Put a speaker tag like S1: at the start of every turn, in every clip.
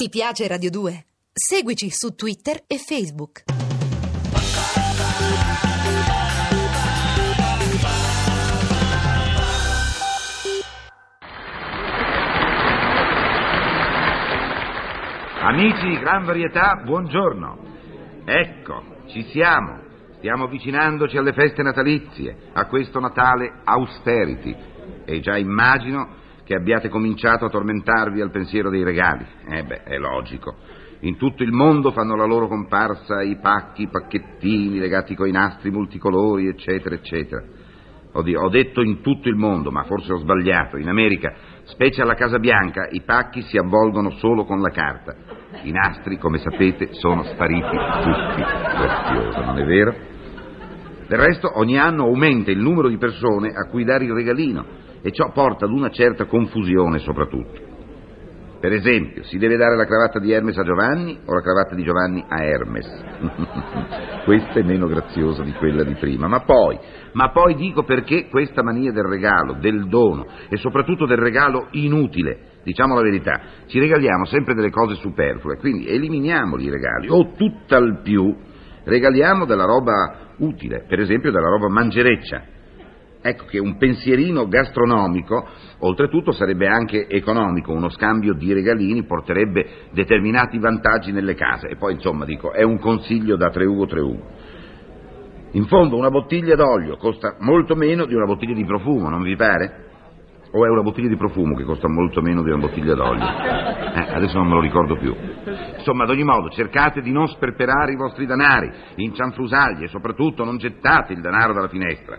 S1: Ti piace Radio 2? Seguici su Twitter e Facebook.
S2: Amici di Gran Varietà, buongiorno. Ecco, ci siamo. Stiamo avvicinandoci alle feste natalizie, a questo Natale austerity. E già immagino che abbiate cominciato a tormentarvi al pensiero dei regali. Eh beh, è logico. In tutto il mondo fanno la loro comparsa i pacchi, i pacchettini legati coi nastri multicolori, eccetera, eccetera. Oddio, ho detto in tutto il mondo, ma forse ho sbagliato. In America, specie alla Casa Bianca, i pacchi si avvolgono solo con la carta. I nastri, come sapete, sono spariti tutti. Grazioso, non è vero? Del resto, ogni anno aumenta il numero di persone a cui dare il regalino e ciò porta ad una certa confusione soprattutto. Per esempio, si deve dare la cravatta di Hermes a Giovanni o la cravatta di Giovanni a Hermes? questa è meno graziosa di quella di prima, ma poi, ma poi dico perché questa mania del regalo, del dono e soprattutto del regalo inutile. Diciamo la verità, ci regaliamo sempre delle cose superflue, quindi eliminiamoli i regali o tutt'al più regaliamo della roba utile, per esempio della roba mangereccia. Ecco che un pensierino gastronomico, oltretutto sarebbe anche economico, uno scambio di regalini porterebbe determinati vantaggi nelle case. E poi, insomma, dico, è un consiglio da 3 Ugo 3 Ugo. In fondo una bottiglia d'olio costa molto meno di una bottiglia di profumo, non vi pare? O è una bottiglia di profumo che costa molto meno di una bottiglia d'olio? Eh, adesso non me lo ricordo più. Insomma, ad ogni modo, cercate di non sperperare i vostri danari in cianfrusaglie e soprattutto non gettate il denaro dalla finestra.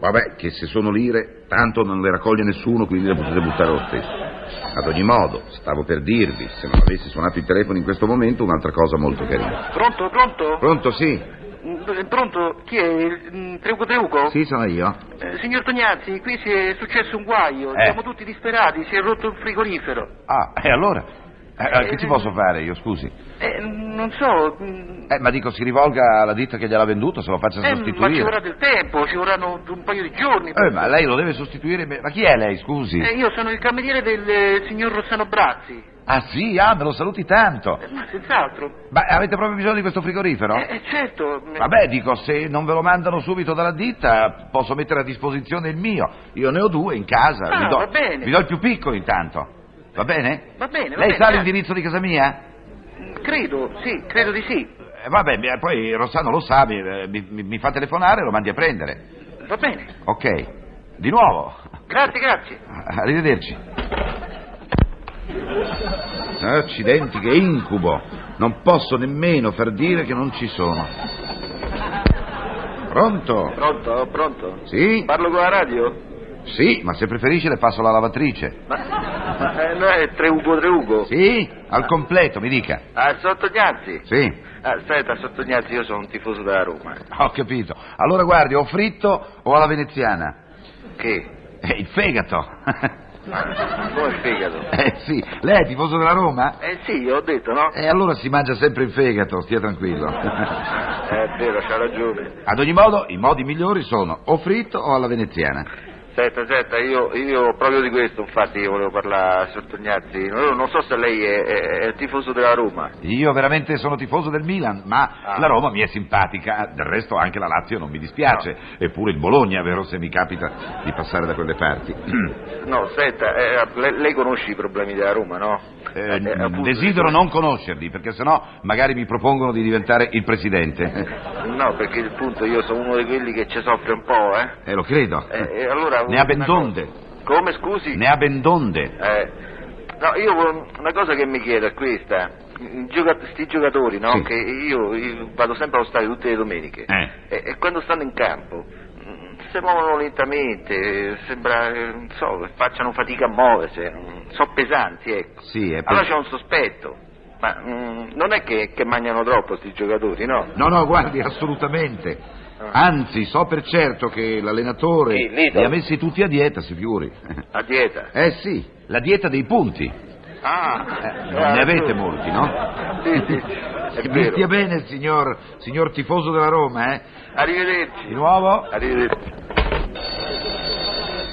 S2: Vabbè, che se sono lire, tanto non le raccoglie nessuno, quindi le potete buttare lo stesso. Ad ogni modo, stavo per dirvi, se non avessi suonato il telefono in questo momento, un'altra cosa molto carina.
S3: Pronto, pronto?
S2: Pronto, sì?
S3: Mm, Pronto? Chi è? Il- mm, Treuco Treuco?
S2: Sì, sono io.
S3: Eh, signor Tognazzi, qui si è successo un guaio,
S2: Eh.
S3: siamo tutti disperati, si è rotto il frigorifero.
S2: Ah, e allora? Eh, eh, che ci posso fare io, scusi?
S3: Eh, non so, mm,
S2: Eh, ma dico, si rivolga alla ditta che gliel'ha venduto, se lo faccia
S3: eh, ma ci vorrà
S2: sostituire.
S3: del tempo, ci vorranno un paio di giorni.
S2: Eh, ma lei lo deve sostituire, beh, ma chi è lei, scusi?
S3: Eh, io sono il cameriere del eh, signor Rossano Brazzi.
S2: Ah sì, ah, me lo saluti tanto.
S3: Eh, ma senz'altro.
S2: Ma avete proprio bisogno di questo frigorifero?
S3: Eh, eh, certo. mm,
S2: Vabbè, dico, se non ve lo mandano subito dalla ditta, posso mettere a disposizione il mio. Io ne ho due in casa.
S3: Ah,
S2: vi, do,
S3: va bene.
S2: vi do il più piccolo intanto. Va bene?
S3: Va bene,
S2: Lei
S3: va bene,
S2: sa
S3: grazie.
S2: l'indirizzo di casa mia?
S3: mm, Credo, sì, credo di sì.
S2: Eh, vabbè, mi- poi Rossano lo sa, mi, eh, mi- mi- mi fa telefonare e lo mandi a prendere.
S3: Va bene.
S2: Ok. Di nuovo.
S3: Grazie, grazie.
S2: Arrivederci. Accidenti, che incubo! Non posso nemmeno far dire che non ci sono. Pronto?
S3: Pronto, pronto?
S2: Sì?
S3: Parlo con la radio?
S2: Sì, ma se preferisci le passo la lavatrice.
S3: Ma eh, no, è Treugo Treugo.
S2: Sì? Al completo, mi dica.
S3: Ah, sono Tognazzi.
S2: Sì.
S3: Ah, Aspetta, Sottognazzi, io sono un tifoso della Roma.
S2: Ho capito. Allora guardi, o fritto o alla veneziana?
S3: Che? Ah,
S2: Eh, il fegato.
S3: Come fegato?
S2: Eh sì, lei è tifoso della Roma?
S3: Eh sì, ho detto, no?
S2: E allora si mangia sempre il fegato, stia tranquillo.
S3: Eh, è vero, c'ha ragione.
S2: Ad ogni modo, i modi migliori sono o fritto o alla veneziana.
S3: Senta, senta, io, io proprio di questo infatti io volevo parlare a Sottognazzi. Io non so se lei è, è- è tifoso della Roma.
S2: Io veramente sono tifoso del Milan, ma
S3: Ah.
S2: la Roma mi è simpatica, del resto anche la Lazio non mi dispiace, eppure il Bologna, vero, se mi capita di passare da quelle parti.
S3: No, senta, eh, le- lei, conosce i problemi della Roma, no?
S2: Eh,
S3: Eh, appunto,
S2: desidero non conoscerli, perché sennò magari mi propongono di diventare il presidente.
S3: No, perché il punto io sono uno di quelli che ci soffre un po', eh.
S2: Eh, lo credo.
S3: Eh, eh, allora,
S2: ne ha
S3: una
S2: ben
S3: cosa-
S2: donde,
S3: Come, scusi?
S2: ne ha ben donde.
S3: Eh, no, io vo- una cosa che mi chiedo è questa. I gioca- sti giocatori, no?
S2: Sì.
S3: Che io, io vado sempre allo stadio tutte le domeniche.
S2: Eh.
S3: E, e quando stanno in campo mm, si muovono lentamente, eh, sembra, eh, non so, che facciano fatica a muoversi, mm, sono pesanti, ecco.
S2: Sì, è Eh, per-
S3: Allora c'è un sospetto. Ma mm, non è che, che mangiano troppo sti giocatori, no?
S2: No, no, guardi, assolutamente. Anzi, so per certo che l'allenatore
S3: Sì, lì,
S2: li ha
S3: dove-
S2: messi tutti a dieta, si figuri.
S3: A dieta.
S2: Eh sì, la dieta dei punti.
S3: Ah,
S2: Eh, non ne avete molti, no?
S3: Sì, sì, sì, è
S2: Mi stia
S3: vero.
S2: bene, signor, signor tifoso della Roma, eh?
S3: Arrivederci.
S2: Di nuovo?
S3: Arrivederci.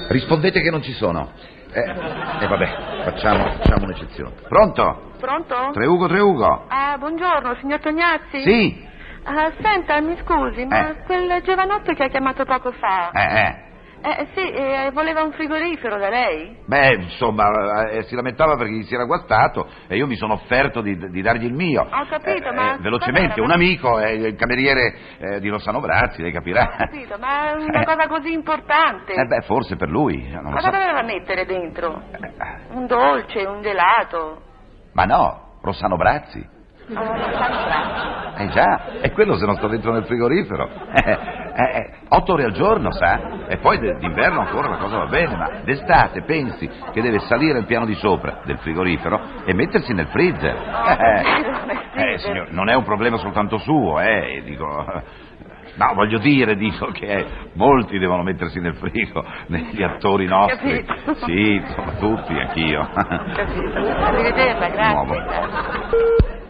S2: Rispondete che non ci sono. Eh, eh, vabbè. Facciamo, facciamo un'eccezione. Pronto?
S4: Pronto?
S2: Treugo, Treugo.
S4: Ah, buongiorno, signor Tognazzi.
S2: Sì.
S4: Ah, senta, mi scusi, ma
S2: Eh.
S4: quel giovanotto che ha chiamato poco fa.
S2: Eh, eh.
S4: Eh, sì, eh, voleva un frigorifero da lei.
S2: Beh, insomma, eh, si lamentava perché gli si era guastato e io mi sono offerto di, di dargli il mio.
S4: Ho capito,
S2: Eh,
S4: ma
S2: eh, velocemente,
S4: com'era?
S2: un amico, eh, il cameriere eh, di Rossano Brazzi, lei
S4: Ho
S2: capirà.
S4: capito, ma è una
S2: Eh.
S4: cosa così importante.
S2: Eh beh, forse per lui, non lo
S4: Cosa
S2: so.
S4: doveva mettere dentro?
S2: Eh,
S4: Un dolce, un gelato?
S2: Ma no, Rossano Brazzi.
S4: Oh, allora.
S2: Eh già, è quello se non sto dentro nel frigorifero. Eh, eh, eh, otto ore al giorno, sa? E poi de- d'inverno ancora la cosa va bene, ma d'estate pensi che deve salire al piano di sopra del frigorifero e mettersi nel freezer. Eh, eh, signor, non è un problema soltanto suo, eh, dico... No, voglio dire, dico che molti devono mettersi nel frigo, negli attori nostri.
S4: Capito.
S2: Sì, insomma, tutti, anch'io.
S4: Capito. Arrivederla, grazie.
S2: Nuovo.